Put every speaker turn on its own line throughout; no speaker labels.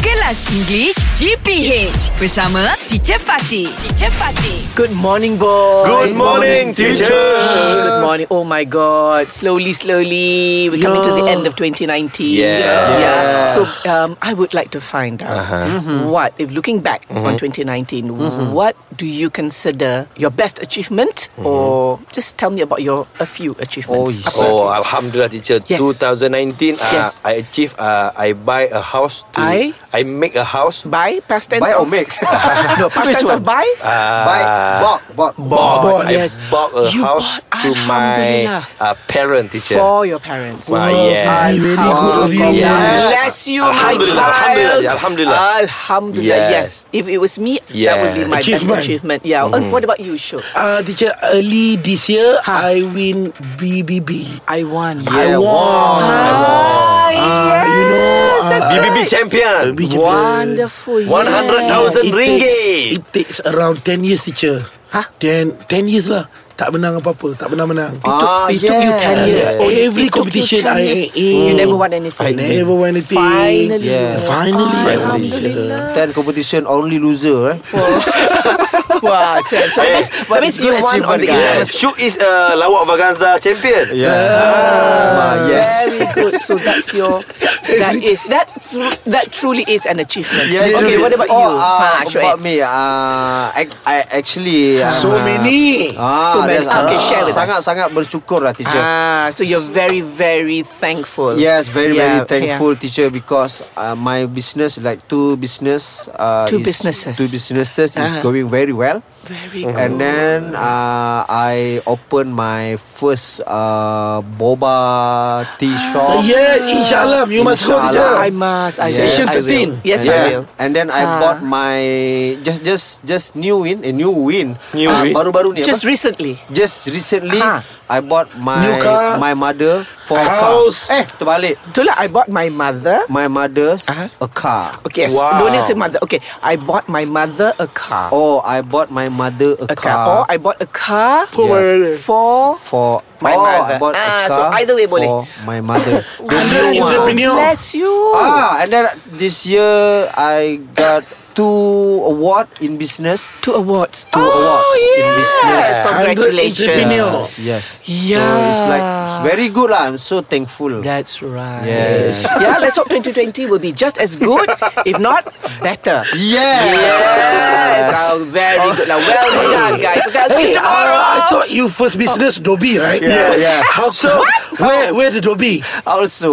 Kelas English GPH bersama Teacher Fatih. Teacher Fatih.
Good morning, boys.
Good morning, teacher.
Good morning. Oh my God! Slowly, slowly, we're coming to the end of 2019.
Yes.
Yeah. So, um, I would like to find out
Uh-huh.
Mm-hmm. what, if looking back
Mm-hmm.
on 2019, what do you consider your best achievement,
Mm-hmm.
or just tell me about your a few achievements? Apa?
Oh, Alhamdulillah teacher.
Yes.
2019,
Yes.
uh, I achieve. Uh, I buy a house. To,
I?
I make a house.
Buy past tense.
Buy or
of-
make?
no, past
Which
tense of
one?
buy.
Uh,
Buy, bought, bought.
bought. I
yes.
bought a
You
house
bought,
to my
Alhamdulillah.
uh, parent teacher.
For your parents.
Wah, yes.
Very good of you.
Yeah. Bless you, my
Alhamdulillah,
child.
Alhamdulillah, Alhamdulillah.
Alhamdulillah, yes.
Yes.
If it was me, that would be
Yes.
my
Achievement.
best achievement. Yeah. And what about you, Shu?
Mm-hmm. Uh, teacher, early this year,
Ha.
I win BBB.
I won.
I won.
Ah,
Uh,
yes.
You know, uh,
that's
BBB
right.
champion.
BBB.
Wonderful. yes.
100,000
It
ringgit.
takes- It takes around 10 years, teacher.
Ha?
Then 10 years lah. Tak menang apa-apa. Tak pernah menang.
Ah,
It took you 10 years.
Yes.
Oh, it- it
Every
took you
competition
10
I-
years.
I-
You never won anything.
I never won anything.
Finally.
Yeah.
Finally.
Alhamdulillah.
10 competition, only loser. Eh?
Wow. So so that means, that means you
good
won on
achievement,
the
guys.
equal.
Shu is a lawak vaganza champion.
Yeah. Ah, yes.
Uh, Very good. So that's your that is that tru- that truly is an achievement.
Yes.
okay, what about
oh,
you?
Uh,
Ah, Shoaib.
about me, uh, I, I actually... Uh,
So many.
Ah,
So many.
that's- ah,
Okay, share with us.
Sangat-sangat bersyukur lah, teacher.
Ah, so you're very, very thankful.
Yes, very
Yeah,
very thankful teacher because uh, my business like two business uh,
Two
is-
businesses.
two businesses is
Ah. Mm-hmm.
going very well.
yeah. Very good.
And then uh, I opened my first uh, boba tea
Ah,
shop.
Yes, insyaAllah. Ah, You must go,
Inshallah.
teacher.
I must. I will,
Session
I will.
13.
Yes, I
Yeah.
will.
And then I
Ah.
bought my just just just new win a new win. Ah,
New win.
Baru-baru ni
Just
apa?
recently.
just recently
Ah.
I bought my
New car.
my mother for a
House.
car. Eh, terbalik.
Itulah, I bought my mother.
My mother's
Ah.
a car.
Okay, yes.
Wow.
Don't need to say mother. Okay, I bought my mother a car.
Oh, I bought my mother a,
a car. Or I bought a car
Yeah.
for
for
My
oh,
mother.
I bought
Ah,
a
so
car
either way
for
boleh.
my mother. The
Under
new one.
entrepreneur.
Bless you.
Ah, and then this year I got two award in business.
Two awards.
Two
oh,
awards
yes.
in business.
Congratulations.
entrepreneur.
Yes, yes. So
Yeah.
it's like it's very good lah. I'm so thankful.
That's right.
Yes.
Yeah, let's hope 2020 will be just as good, if not better. Yes.
Yes.
Oh, very good. Now, well done, guys. Okay, I'll see you
Hey, I, I
tomorrow.
thought you first business Dobby, right?
Yeah, yeah.
How so? Where where the Dobby?
Also,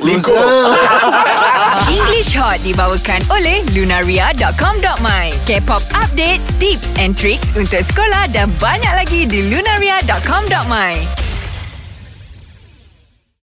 loser.
Ah, English Hot dibawakan oleh lunaria.com.my. K-pop updates, tips and tricks untuk sekolah dan banyak lagi di lunaria.com.my.